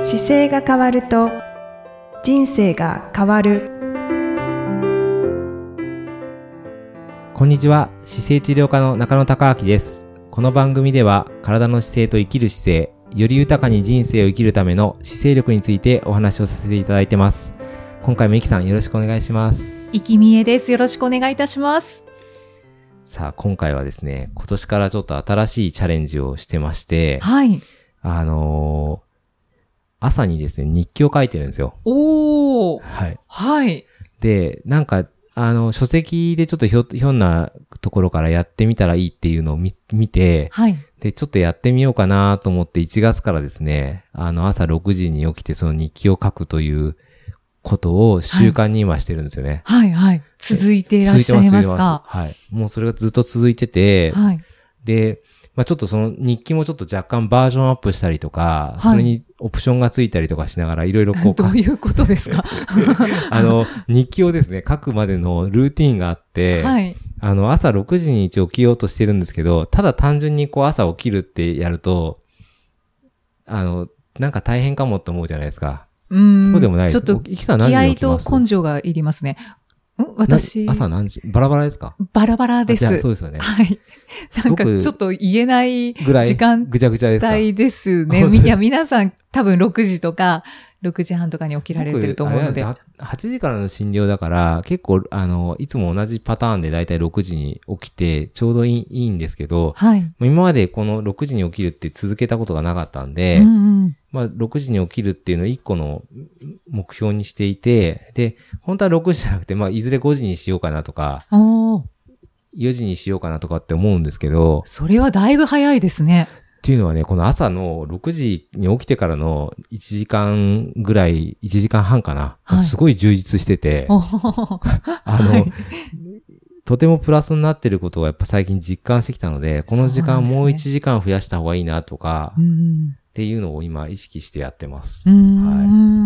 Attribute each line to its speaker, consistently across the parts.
Speaker 1: 姿勢が変わると人生が変わる
Speaker 2: こんにちは姿勢治療科の中野孝明ですこの番組では体の姿勢と生きる姿勢より豊かに人生を生きるための姿勢力についてお話をさせていただいてます今回もいきさんよろしくお願いします
Speaker 3: いきみえです。よろしくお願いいたします。
Speaker 2: さあ今回はですね今年からちょっと新しいチャレンジをしてまして
Speaker 3: はい。
Speaker 2: あのー朝にですね日記を書いてるんですよ
Speaker 3: おー。
Speaker 2: はい
Speaker 3: はい。
Speaker 2: で、なんか、あの、書籍でちょっとひょ、ひょんなところからやってみたらいいっていうのを見見て、
Speaker 3: はい。
Speaker 2: で、ちょっとやってみようかなと思って1月からですね、あの、朝6時に起きてその日記を書くということを習慣に今してるんですよね。
Speaker 3: はい。はい。続いていらっ
Speaker 2: 続い
Speaker 3: してゃ
Speaker 2: ます、
Speaker 3: い
Speaker 2: 続
Speaker 3: ま
Speaker 2: い
Speaker 3: す
Speaker 2: て
Speaker 3: か
Speaker 2: ます。はい。もうそれがずっと続いてて、
Speaker 3: はい。
Speaker 2: で、まあちょっとその日記もちょっと若干バージョンアップしたりとか、
Speaker 3: はい
Speaker 2: それにオプションがついたりとかしながらいろいろこう
Speaker 3: どういうことですか
Speaker 2: あの、日記をですね、書くまでのルーティンがあって、
Speaker 3: はい。
Speaker 2: あの、朝6時に一応起きようとしてるんですけど、ただ単純にこう朝起きるってやると、あの、なんか大変かもって思うじゃないですか。
Speaker 3: うーん。
Speaker 2: そうでもない
Speaker 3: ちょっと、
Speaker 2: 気合
Speaker 3: 気合と根
Speaker 2: 性
Speaker 3: 性がいりますね。ん私、
Speaker 2: 朝何時バラバラですか
Speaker 3: バラバラで
Speaker 2: あじゃあそ
Speaker 3: す
Speaker 2: う。ですよね。
Speaker 3: はい。なんか、
Speaker 2: 僕
Speaker 3: ちょっと言えない
Speaker 2: ぐらい。
Speaker 3: 時間
Speaker 2: ぐちゃぐちゃですか
Speaker 3: 帯ですね。
Speaker 2: 本当に
Speaker 3: いや、皆さん多分6時とか、6時半とかに起きられてると思うので。
Speaker 2: 僕あれなんすよは8時からの診療だから、結構、あの、いつも同じパターンでだいたい6時に起きて、ちょうどいいいいんですけど、
Speaker 3: はい。
Speaker 2: 今までこの6時に起きるって続けたことがなかったんで、
Speaker 3: うんうん。
Speaker 2: まあ、6時に起きるっていうのを1個の目標にしていて、で、本当は6時じゃなくて、まあ、いずれ5時にしようかなとか、
Speaker 3: おー。
Speaker 2: 4時にしようかなとかって思うんですけど、
Speaker 3: それはだいぶ早いですね。
Speaker 2: っていうのはね、この朝の6時に起きてからの1時間ぐらい、1時間半かな、
Speaker 3: はい
Speaker 2: すごい充実してて、
Speaker 3: おー
Speaker 2: あの、
Speaker 3: はい
Speaker 2: とてもプラスになってることをやっぱ最近実感してきたので、この時
Speaker 3: そうな
Speaker 2: 間
Speaker 3: んですね
Speaker 2: もう1時間増やした方がいいなとか、
Speaker 3: う
Speaker 2: っ
Speaker 3: ん
Speaker 2: ていうのを今意識してやってます。
Speaker 3: うー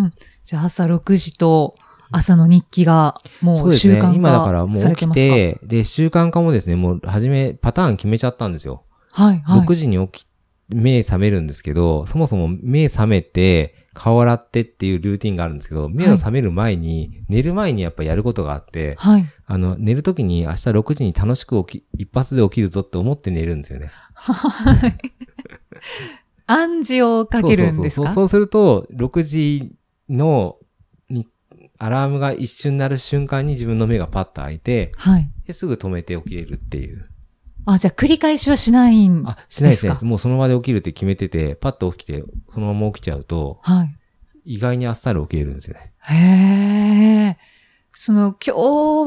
Speaker 3: ん。じゃあ朝6時と朝の日記がも
Speaker 2: そう
Speaker 3: う
Speaker 2: です
Speaker 3: 習
Speaker 2: ね。
Speaker 3: 慣
Speaker 2: 今だから
Speaker 3: 化
Speaker 2: も
Speaker 3: さ
Speaker 2: う
Speaker 3: れ
Speaker 2: 起
Speaker 3: て
Speaker 2: き
Speaker 3: ますか、
Speaker 2: て、で、習慣化もですね、もう初めパターン決めちゃったんですよ。
Speaker 3: はい、はい。
Speaker 2: 6時に起き、目覚めるんですけど、そもそも目覚めて、顔洗ってっていうルーティンがあるんですけど、目が覚める前に、寝る前にやっぱやることがあって、
Speaker 3: はい。
Speaker 2: あの、寝る時に明日6時に楽しく起き、一発で起きるぞって思って寝るんですよね。
Speaker 3: はい。暗示をかけるんですか
Speaker 2: そうそうそうそうすると、6時の、に、アラームが一瞬鳴る瞬間に自分の目がパッと開いて、
Speaker 3: はい。
Speaker 2: ですぐ止めて起きれるっていう。
Speaker 3: あ、じゃあ繰り返しはしないん。
Speaker 2: あ、しないですね
Speaker 3: です。か
Speaker 2: もうその場で起きるって決めてて、パッと起きて、そのまま起きちゃうと、
Speaker 3: はい。
Speaker 2: 意外にあっさり起きれるんですよね。
Speaker 3: へえ。その、今日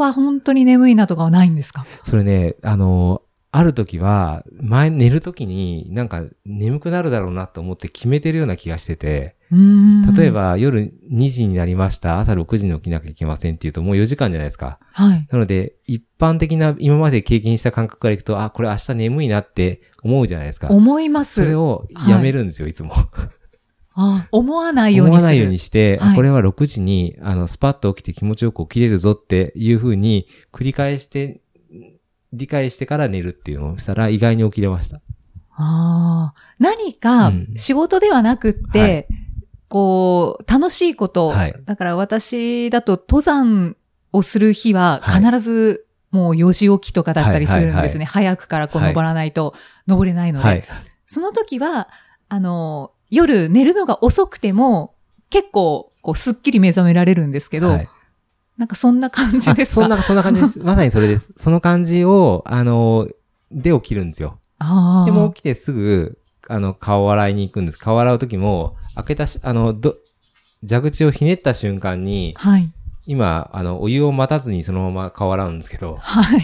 Speaker 3: は本当に眠いなとかはないんですか
Speaker 2: それね、あの、ある時は、前、寝る時になんか眠くなるだろうなと思って決めてるような気がしてて、
Speaker 3: うーん。
Speaker 2: 例え。ば夜2時になりました、朝6時に起きなきゃいけませんっていうともう4時間じゃないですか。
Speaker 3: はい。
Speaker 2: なので、一般的な今まで経験した感覚からいくと、あ、これ明日眠いなって思うじゃないですか。
Speaker 3: 思いま
Speaker 2: それ
Speaker 3: す。
Speaker 2: をやめるんですよ、いつも。
Speaker 3: あ思わないよう
Speaker 2: 思
Speaker 3: にする。
Speaker 2: わないようにして、あ
Speaker 3: はい
Speaker 2: これは6時に、あの、スパッと起きて気持ちよく起きれるぞっていうふうに、繰り返して、理解してから寝るっていうのをしたら、意外に起きれました。
Speaker 3: ああ、何か
Speaker 2: うん
Speaker 3: 仕事ではなくって、
Speaker 2: はい
Speaker 3: こう、楽しいこと、
Speaker 2: はい
Speaker 3: だから私だと登山をする日は
Speaker 2: はい
Speaker 3: 必ずもう4時起きとかだったりするんですね。早くからこう
Speaker 2: はい
Speaker 3: 登らないと登れないので。
Speaker 2: はい。
Speaker 3: その時は、あの、夜寝るのが遅くても結構こうすっきり目覚められるんですけど、
Speaker 2: はい
Speaker 3: なんかそんな感じで
Speaker 2: あ
Speaker 3: すか
Speaker 2: そんな、そんな 感じです。まさにそれです。その感じを、あの、で起きるんですよ。
Speaker 3: あー
Speaker 2: でもう起きてすぐ、あの、顔を洗いに行くんです。顔を洗う時も、開けたし、あの、ど、蛇口をひねった瞬間に、
Speaker 3: はい。
Speaker 2: 今、あの、お湯を待たずにそのまま顔洗うんですけど、
Speaker 3: はい。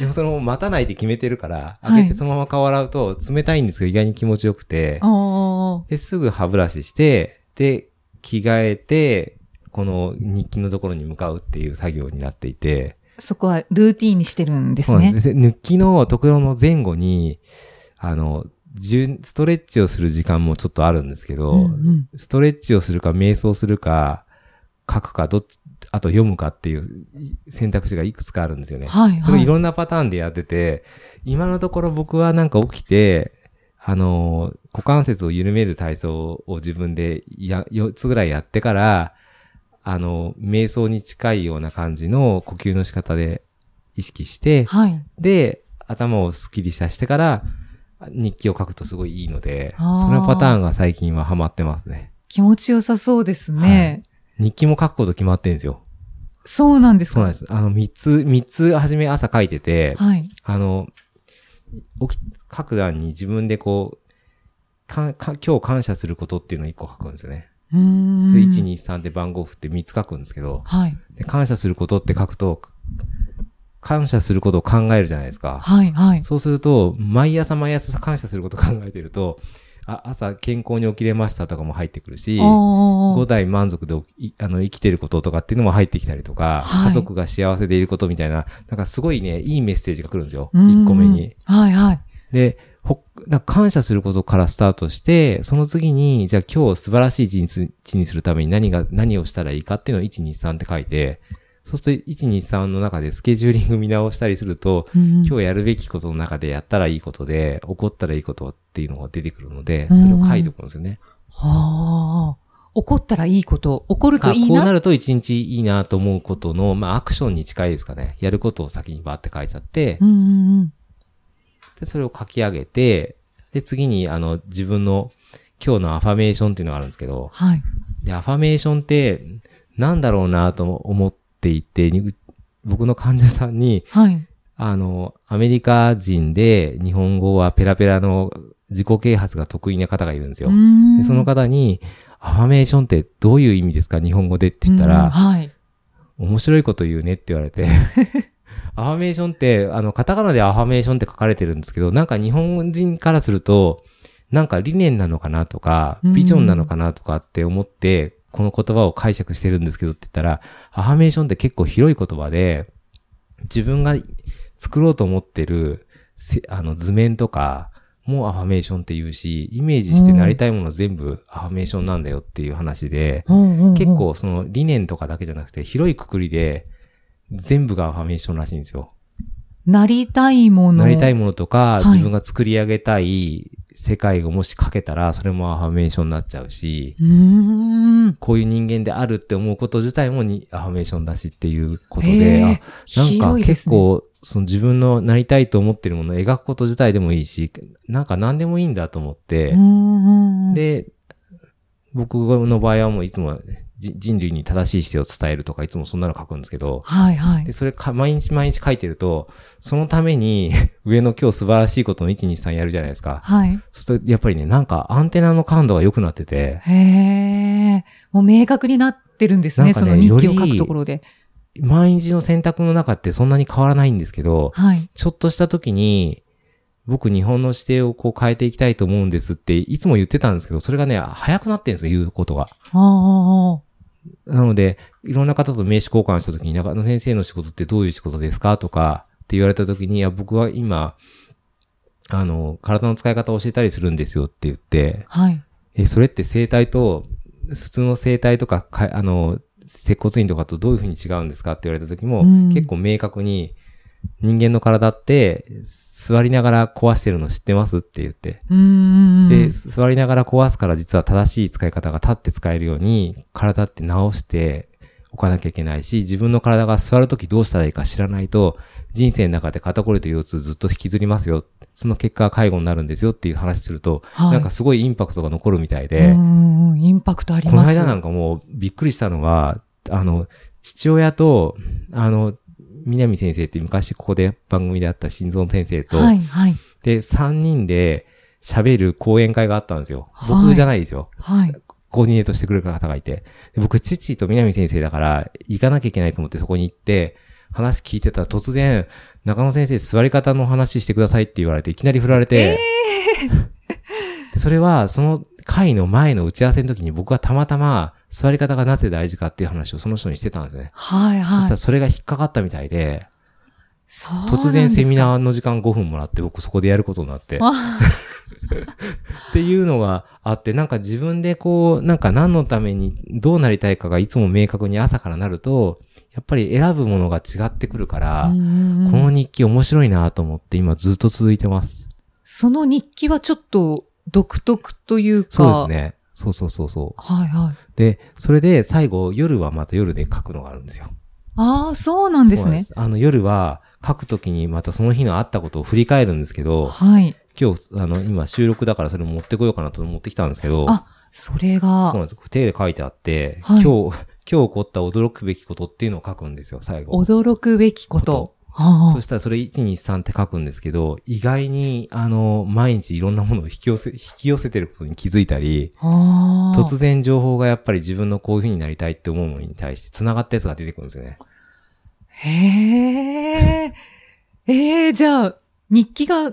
Speaker 2: でもその待たないで決めてるから、
Speaker 3: はい
Speaker 2: 開けてそのまま顔洗うと冷たいんですけど意外に気持ちよくて、
Speaker 3: おー
Speaker 2: ですぐ歯ブラシして、で、着替えて、この日記のところに向かうっていう作業になっていて、
Speaker 3: そこはルーティンにしてるんです
Speaker 2: そうなん
Speaker 3: ね。
Speaker 2: ですね。日記のところの前後に、あの、順ストレッチをする時間もちょっとあるんですけど、
Speaker 3: うんうん
Speaker 2: ストレッチをするか瞑想するか、書くか、どっち、あと読むかっていう選択肢がいくつかあるんですよね。
Speaker 3: はい、
Speaker 2: それ
Speaker 3: はいい。
Speaker 2: ろんなパターンでやってて、今のところ僕はなんか起きて、あのー股関節を緩める体操を自分でや、4つぐらいやってから、あのー瞑想に近いような感じの呼吸の仕方で意識して、
Speaker 3: はい。
Speaker 2: で、頭をスッキリさせてから、日記を書くとすごいいいので、
Speaker 3: あー
Speaker 2: そのパターンが最近はハマってますね。
Speaker 3: 気持ちよさそうですね。
Speaker 2: 日記も書くこと決まってるんですよ。
Speaker 3: そうなんですか
Speaker 2: そうなんです。あの、三つ、三つ、はじめ朝書いてて、
Speaker 3: はい。
Speaker 2: あの、起き、各段に自分でこう、かんか今日感謝することっていうのを一個書くんですよね。
Speaker 3: うーん。
Speaker 2: それ1、2、3で番号振って3つ書くんですけど、
Speaker 3: はい。
Speaker 2: で感謝することって書くと、感謝することを考えるじゃないですか。
Speaker 3: はい、はい。
Speaker 2: そうすると、毎朝毎朝感謝することを考えてると、あ、朝健康に起きれましたとかも入ってくるし、
Speaker 3: お
Speaker 2: 5
Speaker 3: ー
Speaker 2: 代満足でおいあの生きてることとかっていうのも入ってきたりとか、
Speaker 3: はい
Speaker 2: 家族が幸せでいることみたいな、なんかすごいね、いいメッセージが来るんですよ。
Speaker 3: うーん
Speaker 2: 1個目に。。
Speaker 3: はい、はい。
Speaker 2: で、ほなんか感謝することからスタートして、その次に、じゃあ今日素晴らしい一日日にするために何が、何をしたらいいかっていうのを1、2、3って書いて、そうすると1、2、3の中でスケジューリング見直したりすると、
Speaker 3: 今
Speaker 2: 今日やるべきことの中でやったらいいことで、起こったらいいことっていうのが出てくるので、それを書いておくんですよね。
Speaker 3: はあ。怒ったらいいこと、怒ると
Speaker 2: あ
Speaker 3: いい
Speaker 2: こうな
Speaker 3: な。
Speaker 2: ると一日いいなと思うことの、まあアクションに近いですかね。やることを先にバーって書いちゃって、
Speaker 3: うんうんうん。
Speaker 2: で、それを書き上げて、で、次に、あの、自分の今日のアファメーションっていうのがあるんですけど、
Speaker 3: はい。
Speaker 2: で、アファメーションって、なんだろうなと思っていて、に僕の患者さんに、
Speaker 3: はい。
Speaker 2: あの、アメリカ人で日本語はペラペラの自己啓発が得意な方がいるんですよ。でその
Speaker 3: 方
Speaker 2: 方に、アファメーションってどういう意味ですか日本語でって言ったら、
Speaker 3: はい。
Speaker 2: 面白いこと言うねって言われて。 アファメーションって、あの、カタカナでアファメーションって書かれてるんですけど、なんか日本人からすると、なんか理念なのかなとか、
Speaker 3: うん
Speaker 2: ビジョンなのかなとかって思って、この言葉を解釈してるんですけどって言ったら、アファメーションって結構広い言葉で、自分が作ろうと思ってる、せあの、図面とか、もアファメーションって言うし、イメージしてなりたいもの全部アファメーションなんだよっていう話で、
Speaker 3: うんうんうん
Speaker 2: 結。構その理念とかだけじゃなくて広いくくりで全部がファミーションらしいんですよ。
Speaker 3: なりたいもの。
Speaker 2: なりたい
Speaker 3: も
Speaker 2: ものと
Speaker 3: は
Speaker 2: か、
Speaker 3: い
Speaker 2: 自分が作り上げたい世界をもしかけたら、それもアファメーションになっちゃうし、
Speaker 3: の。うーん。
Speaker 2: こういう人間であるって思うこと自体もにアファメーションだしっていうこと
Speaker 3: へ
Speaker 2: で、
Speaker 3: ー
Speaker 2: あなん
Speaker 3: 広
Speaker 2: か
Speaker 3: いで
Speaker 2: 結
Speaker 3: すね
Speaker 2: 構、その自分のなりたいと思ってるものを描くこと自体でもいいし、なんか何でもいいんだと思って、
Speaker 3: うんうんうん
Speaker 2: で、僕の場合はもういつもじ人類に正しい姿勢を伝えるとかいつもそんなの書くんですけど、
Speaker 3: はいはい
Speaker 2: で、。それか、毎日毎日書いてると、そのために、 上の今日素晴らしいことの1、2、3やるじゃないですか。
Speaker 3: はい。
Speaker 2: そうすると、やっぱりね、なんかアンテナの感度が良くなってて、
Speaker 3: へえ。もう明確になってるんです
Speaker 2: な
Speaker 3: ね。
Speaker 2: んか
Speaker 3: そ
Speaker 2: ね
Speaker 3: の日記を書
Speaker 2: よ
Speaker 3: く
Speaker 2: り
Speaker 3: ところで。
Speaker 2: 毎日の選択の中ってそんなに変わらないんですけど、
Speaker 3: はい。
Speaker 2: ちょっとした時に、僕日本の姿勢をこう変えていきたいと思うんですって、いつも言ってたんですけど、それがね、早くなってるんですよ、言うことが。
Speaker 3: ああ。
Speaker 2: なので、いろんな方と名刺交換した時に、中野先生の仕事ってどういう仕事ですかとか、って言われた時に、いや、僕は今、あの、体の使い方を教えたりするんですよって言って、
Speaker 3: はい。
Speaker 2: え、それって整体と、普通の整体とか、かあの、接骨院とかとどういうふうに違うんですかって言われた時も、
Speaker 3: うん
Speaker 2: 結構明確に、人間の体って、座りながら壊してるの知ってますって言って、
Speaker 3: うーん。
Speaker 2: で、座りながら壊すから実は正しい使い方が立って使えるように、体って直しておかなきゃいけないし、自分の体が座るときどうしたらいいか知らないと、人生の中で肩こりと腰痛ずっと引きずりますよ。その結果は介護になるんですよっていう話すると、
Speaker 3: はい
Speaker 2: なんかすごいインパクトが残るみたいで、
Speaker 3: うんうんうんインパクトあり
Speaker 2: この
Speaker 3: ます。
Speaker 2: 間なんかもうびっくりしたのは、あの、父親と、あの、南先生って昔ここで番組であった心臓の先生と、
Speaker 3: はいはい。
Speaker 2: で、3人で喋る講演会があったんですよ。
Speaker 3: はい
Speaker 2: 僕じゃないですよ。
Speaker 3: はい。
Speaker 2: コーディネートしてくれる方がいて。で僕、父と南先生だから、行かなきゃいけないと思ってそこに行って、話聞いてたら突然、中野先生座り方の話してくださいって言われて、いきなり振られて、でそれは、その会の前の打ち合わせの時に僕はたまたま座り方がなぜ大事かっていう話をその人にしてたんですね。
Speaker 3: はい
Speaker 2: そした
Speaker 3: は
Speaker 2: ら
Speaker 3: い。
Speaker 2: それが引っかかったみたいで、
Speaker 3: そうなんですか。
Speaker 2: 突然セミ
Speaker 3: ー。
Speaker 2: ナーの時間5分もらって僕そこでやることになって。 っていうのがあって、なんか自分でこう、なんか何のためにどうなりたいかがいつも明確に朝からなると、やっぱり選ぶものが違ってくるから、
Speaker 3: うんうんうん
Speaker 2: この日記面白いなと思って今ずっと続いてます。
Speaker 3: その日記はちょっと独特というか。
Speaker 2: そうですね。そうそうそうそう。
Speaker 3: はいはい。
Speaker 2: で、それで最後、夜はまた夜で書くのがあるんですよ。
Speaker 3: ああ、そうなんです
Speaker 2: そうなん
Speaker 3: ね。
Speaker 2: あの、夜は書くときにまたその日のあったことを振り返るんですけど、
Speaker 3: はい。
Speaker 2: 今日、あの、今収録だからそれ持ってこようかなと持ってきたんですけど、
Speaker 3: あそれ
Speaker 2: そうなん
Speaker 3: が、
Speaker 2: ですよ。手で書いてあって、
Speaker 3: はい
Speaker 2: 今日、 今日起こった驚くべきことっていうのを書くんですよ、最後。
Speaker 3: 驚くべきこ
Speaker 2: こと
Speaker 3: と。あ
Speaker 2: そしたらそれ123って書くんですけど、意外に、あの、毎日いろんなものを引き寄せ、引 き寄せてることに気づいたり、
Speaker 3: ああ。
Speaker 2: 突然情報がやっぱり自分のこういう風になりたいって思うものに対して繋がったやつが出てくるんですよね。
Speaker 3: へえ。ええ、じゃあ、日記が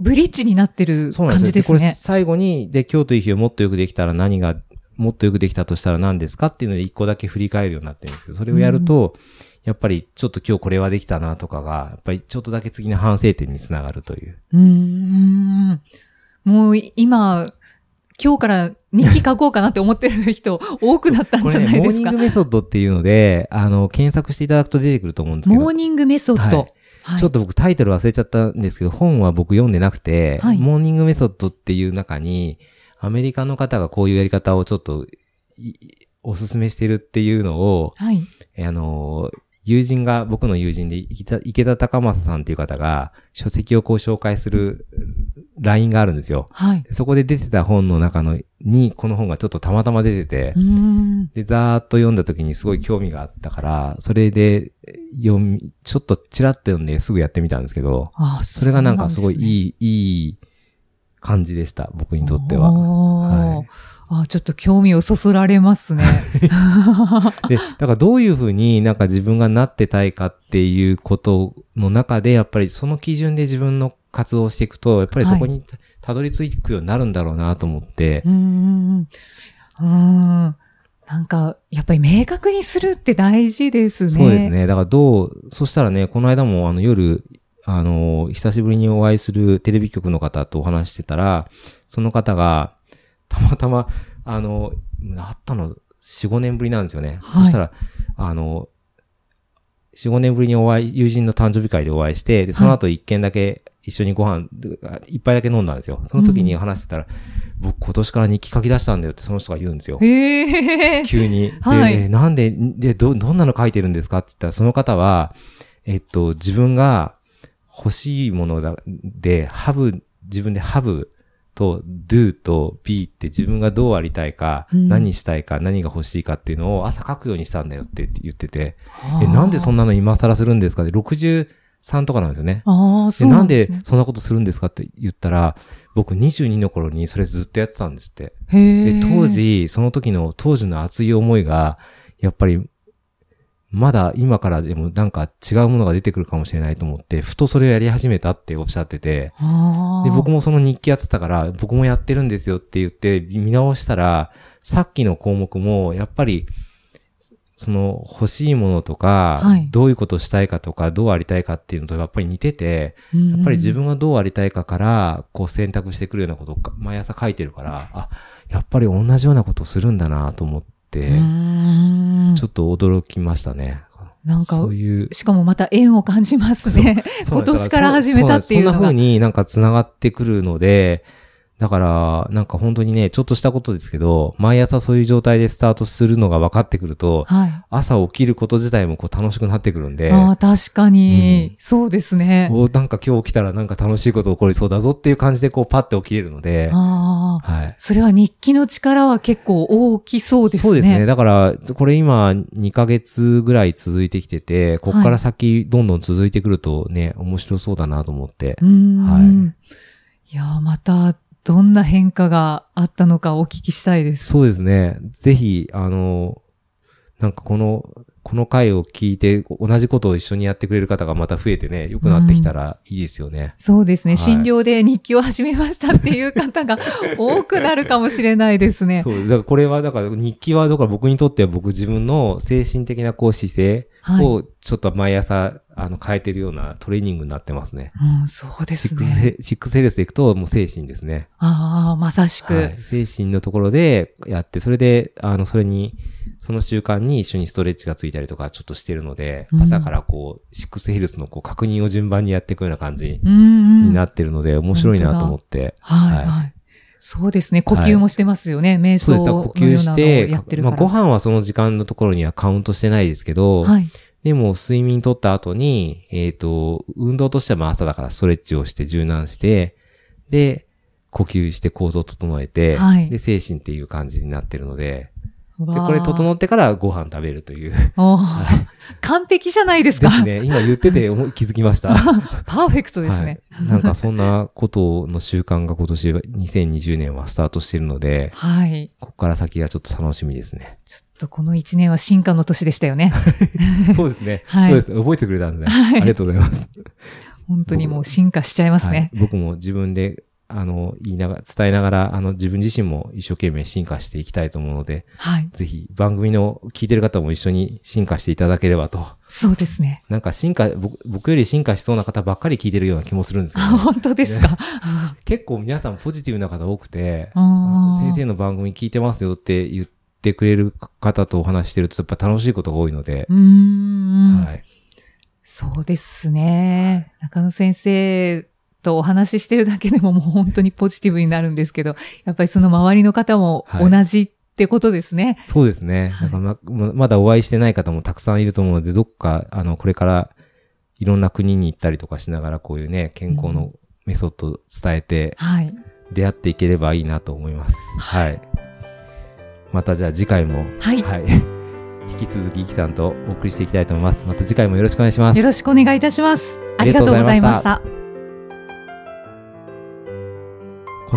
Speaker 3: ブリッジになってる
Speaker 2: そうなん
Speaker 3: 感
Speaker 2: ですよ
Speaker 3: じです
Speaker 2: これ
Speaker 3: ね。
Speaker 2: 最後に、で、今日という日をもっとよくできたら何が、もっとよくできたとしたら何ですかっていうので一個だけ振り返るようになってるんですけど、それをやると、やっぱりちょっと今日これはできたなとかが、やっぱりちょっとだけ次の反省点につながるという。
Speaker 3: うーん。もう今、今日から日記書こうかなって思ってる人多くなったん
Speaker 2: こ
Speaker 3: じゃ
Speaker 2: れ
Speaker 3: な
Speaker 2: ね、
Speaker 3: いで
Speaker 2: モー
Speaker 3: す
Speaker 2: ニン
Speaker 3: か
Speaker 2: グ。メソッドっていうので、あの、検索していただくと出てくると思うんですけど
Speaker 3: モー、ニングメソッ
Speaker 2: は
Speaker 3: ド
Speaker 2: い。
Speaker 3: はい
Speaker 2: ちょっと僕タイトル忘れちゃったんですけど、本は僕読んでなくて、
Speaker 3: はい
Speaker 2: モーニングメソッドっていう中に、アメリカの方がこういうやり方をちょっとい、いおすすめしてるっていうのを、
Speaker 3: はい。
Speaker 2: あの、友人が、僕の友人で、池田池田隆正さんっていう方が、書籍をこう紹介するラインがあるんですよ。
Speaker 3: はい。
Speaker 2: そこで出てた本の中の、に、この本がちょっとたまたま出てて
Speaker 3: うー、ん。
Speaker 2: で、ざーっと読んだ時にすごい興味があったから、それで読み、ちょっとチラッと読んですぐやってみたんですけど、
Speaker 3: ああ、
Speaker 2: それがなんかすごい
Speaker 3: い
Speaker 2: いい、いい感じでした、僕にとっては。はい
Speaker 3: あ、ちょっと興味をそそられますね。
Speaker 2: で、だからどういうふうになんか自分がなってたいかっていうことの中で、やっぱりその基準で自分の活動をしていくと、やっぱりそこにたたどり着いていくようになるんだろうなと思って、
Speaker 3: うーん。うーん。なんか、やっぱり明確にするって大事ですね。
Speaker 2: そうです。ね。だからどう、そしたらね、この間もあの夜、あの、久しぶりにお会いするテレビ局の方とお話してたら、その方が、たまたま、あの、あったの、4、5年ぶりなんですよね。
Speaker 3: はい
Speaker 2: そしたら、あの、4、5年ぶりにお会い、友人の誕生日会でお会いして、でその後一件だけ一緒にご飯、一杯だけ飲んだんですよ。その時に話してたら、僕今年から日記書き出したんだよってその人が言うんですよ。
Speaker 3: へえ。
Speaker 2: 急に。で、
Speaker 3: はい
Speaker 2: えなんで、で、ど、どんなの書いてるんですかって言ったら、その方は、えっと、自分が欲しいものだで、ハブ、自分でハブと do と be って自分がどうありたいか、
Speaker 3: うん
Speaker 2: 何したいか、何が欲しいかっていうのを朝書くようにしたんだよって言ってて、え、なんでそんなの今更するんですかって、63とかなんですよね。
Speaker 3: ああ、
Speaker 2: で
Speaker 3: そう
Speaker 2: な
Speaker 3: なんんで
Speaker 2: です
Speaker 3: ね。
Speaker 2: そんなことするんですかって言ったら、僕22の頃にそれずっとやってたんですって。
Speaker 3: へ
Speaker 2: で、
Speaker 3: え
Speaker 2: 当、時、その時の、当時の熱い思いが、やっぱり、まだ今からでもなんか違うものが出てくるかもしれないと思って、ふとそれをやり始めたっておっしゃってて、で、
Speaker 3: で
Speaker 2: 僕もその日記やってたから、僕もやってるんですよって言って、見直したら、さっきの項目も、やっぱり、その欲しいものとか、
Speaker 3: はい
Speaker 2: どういうことしたいかとか、どうありたいかっていうのとやっぱり似てて、や
Speaker 3: や
Speaker 2: っぱり自分がどうありたいかから、こう選択してくるようなことをか毎朝書いてるから、あ、やっぱり同じようなことするんだなと思って、
Speaker 3: で
Speaker 2: ちょっと驚きましたね。
Speaker 3: なんか
Speaker 2: そ、ういう。
Speaker 3: しかもまた縁を感じますね。
Speaker 2: そう
Speaker 3: 今年から始めたっていうのが
Speaker 2: そそんな風になんか繋がってくるので、だから、なんか本当にね、ちょっとしたことですけど、毎朝そういう状態でスタートするのが分かってくると、
Speaker 3: は
Speaker 2: 朝起きること自体もこう楽しくなってくるん
Speaker 3: い。
Speaker 2: で、
Speaker 3: ああ、確か
Speaker 2: うん
Speaker 3: に、そうですね。
Speaker 2: おなんか今日起きたらなんか楽しいこと起こりそうだぞっていう感じでこうパッて起きれるので、
Speaker 3: ああ、
Speaker 2: はい。
Speaker 3: それは日記の力は結構大きそうですね。
Speaker 2: そうですね。。だから、これ今、2ヶ月ぐらい続いてきてて、こっから先、どんどん続いてくるとね、面白そうだなと思って
Speaker 3: う。ーん。、
Speaker 2: はい
Speaker 3: やー、また、どんな変化があったのかお聞きしたいです。
Speaker 2: そうですね。ぜひ、あの、なんかこの、この回を聞いて、同じことを一緒にやってくれる方がまた増えてね、良くなってきたらいいですよね。
Speaker 3: そうですね。
Speaker 2: はい
Speaker 3: 診療で日記を始めましたっていう方 が多くなるかもしれないですね。
Speaker 2: そう、だからこれは、だから日記は、だから僕にとっては僕自分の精神的なこう姿勢、
Speaker 3: はい。
Speaker 2: をちょっと毎朝、あの、変えてるようなトレーニングになってますね。
Speaker 3: うん、そうで
Speaker 2: シ
Speaker 3: す
Speaker 2: ックス
Speaker 3: ね。
Speaker 2: ヘシックスヘルスでいくと、もう精神ですね。
Speaker 3: ああ、まさしく。
Speaker 2: はい精神のところでやって、それで、あの、それに、その習慣に一緒にストレッチがついたりとかちょっとしてるので、
Speaker 3: うん
Speaker 2: 朝からこう、シックスヘルスのこう、確認を順番にやっていくような感じ
Speaker 3: うん、うん。
Speaker 2: になってるので、面白いなと思って。
Speaker 3: はい、
Speaker 2: はい
Speaker 3: はい。そうですね。呼吸もしてますよね。瞑想
Speaker 2: そうです。だ
Speaker 3: の
Speaker 2: から呼
Speaker 3: ような
Speaker 2: 吸
Speaker 3: の
Speaker 2: し
Speaker 3: を
Speaker 2: て、
Speaker 3: やってる
Speaker 2: ま
Speaker 3: か
Speaker 2: あ、
Speaker 3: ら。
Speaker 2: ご飯はその時間のところにはカウントしてないですけど、
Speaker 3: はい。
Speaker 2: でも睡眠取った後に、えっ、と、運動としてはまあ朝だからストレッチをして柔軟して、で、呼吸して構造を整えて、
Speaker 3: はい
Speaker 2: で、精神っていう感じになってるので、
Speaker 3: わ
Speaker 2: で、
Speaker 3: ー
Speaker 2: これ整ってからご飯食べるという。
Speaker 3: おー 完璧じゃないです
Speaker 2: で
Speaker 3: か。
Speaker 2: すね。今言って て思い気づきました。
Speaker 3: パーフェクトですね。
Speaker 2: はい。なんかそんなことの習慣が今年は2020年はスタートしてるので、
Speaker 3: はい。
Speaker 2: ここから先がちょっと楽しみですね。
Speaker 3: ちょっとこの一年は進化の年でした よね。
Speaker 2: そうですね。
Speaker 3: はい
Speaker 2: そうです。覚えてくれたんで、ね
Speaker 3: はい
Speaker 2: ありがとうございます。
Speaker 3: 本当にもう進化しちゃいますね。
Speaker 2: はい、僕も自分で、あの、言いながら、伝えながら、あの、自分自身も一生懸命進化していきたいと思うので、
Speaker 3: はい。
Speaker 2: ぜひ番組の聞いてる方も一緒に進化していただければと。
Speaker 3: そうですね。
Speaker 2: なんか進化、僕僕より進化しそうな方ばっかり聞いてるような気もするんですけど、
Speaker 3: あ本当ですか。
Speaker 2: 結構皆さんポジティブな方多くて、
Speaker 3: あー
Speaker 2: 先生の番組聞いてますよって言ってくれる方とお話ししてるとやっぱ楽しいことが多いので、
Speaker 3: うーん、
Speaker 2: はい。
Speaker 3: そうですね。中野先生とお話ししてるだけでももう本当にポジティブになるんですけど、やっぱりその周りの方も
Speaker 2: はい
Speaker 3: 同じってことですね。
Speaker 2: そうですね。
Speaker 3: はい
Speaker 2: なんかままだお会いしてない方もたくさんいると思うので、どこか、あの、これからいろんな国に行ったりとかしながら、こういうね、健康のメソッドを伝えて、
Speaker 3: はい。
Speaker 2: 出会っていければいいなと思います。
Speaker 3: は
Speaker 2: はいい。またじゃあ次回も、
Speaker 3: はい
Speaker 2: はい。 引き続き、イキさんとお送りしていきたいと思います。また次回もよろしくお願いします
Speaker 3: よ。ろしくお願いいたします。あ
Speaker 2: あ
Speaker 3: り
Speaker 2: り
Speaker 3: が
Speaker 2: が
Speaker 3: と
Speaker 2: と
Speaker 3: うご
Speaker 2: うご
Speaker 3: ざ
Speaker 2: ざ
Speaker 3: い
Speaker 2: い
Speaker 3: ま
Speaker 2: ま
Speaker 3: し。
Speaker 2: したこ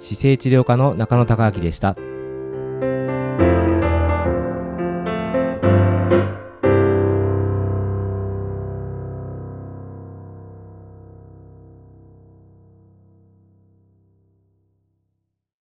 Speaker 2: 姿勢治療科の中野孝明でした。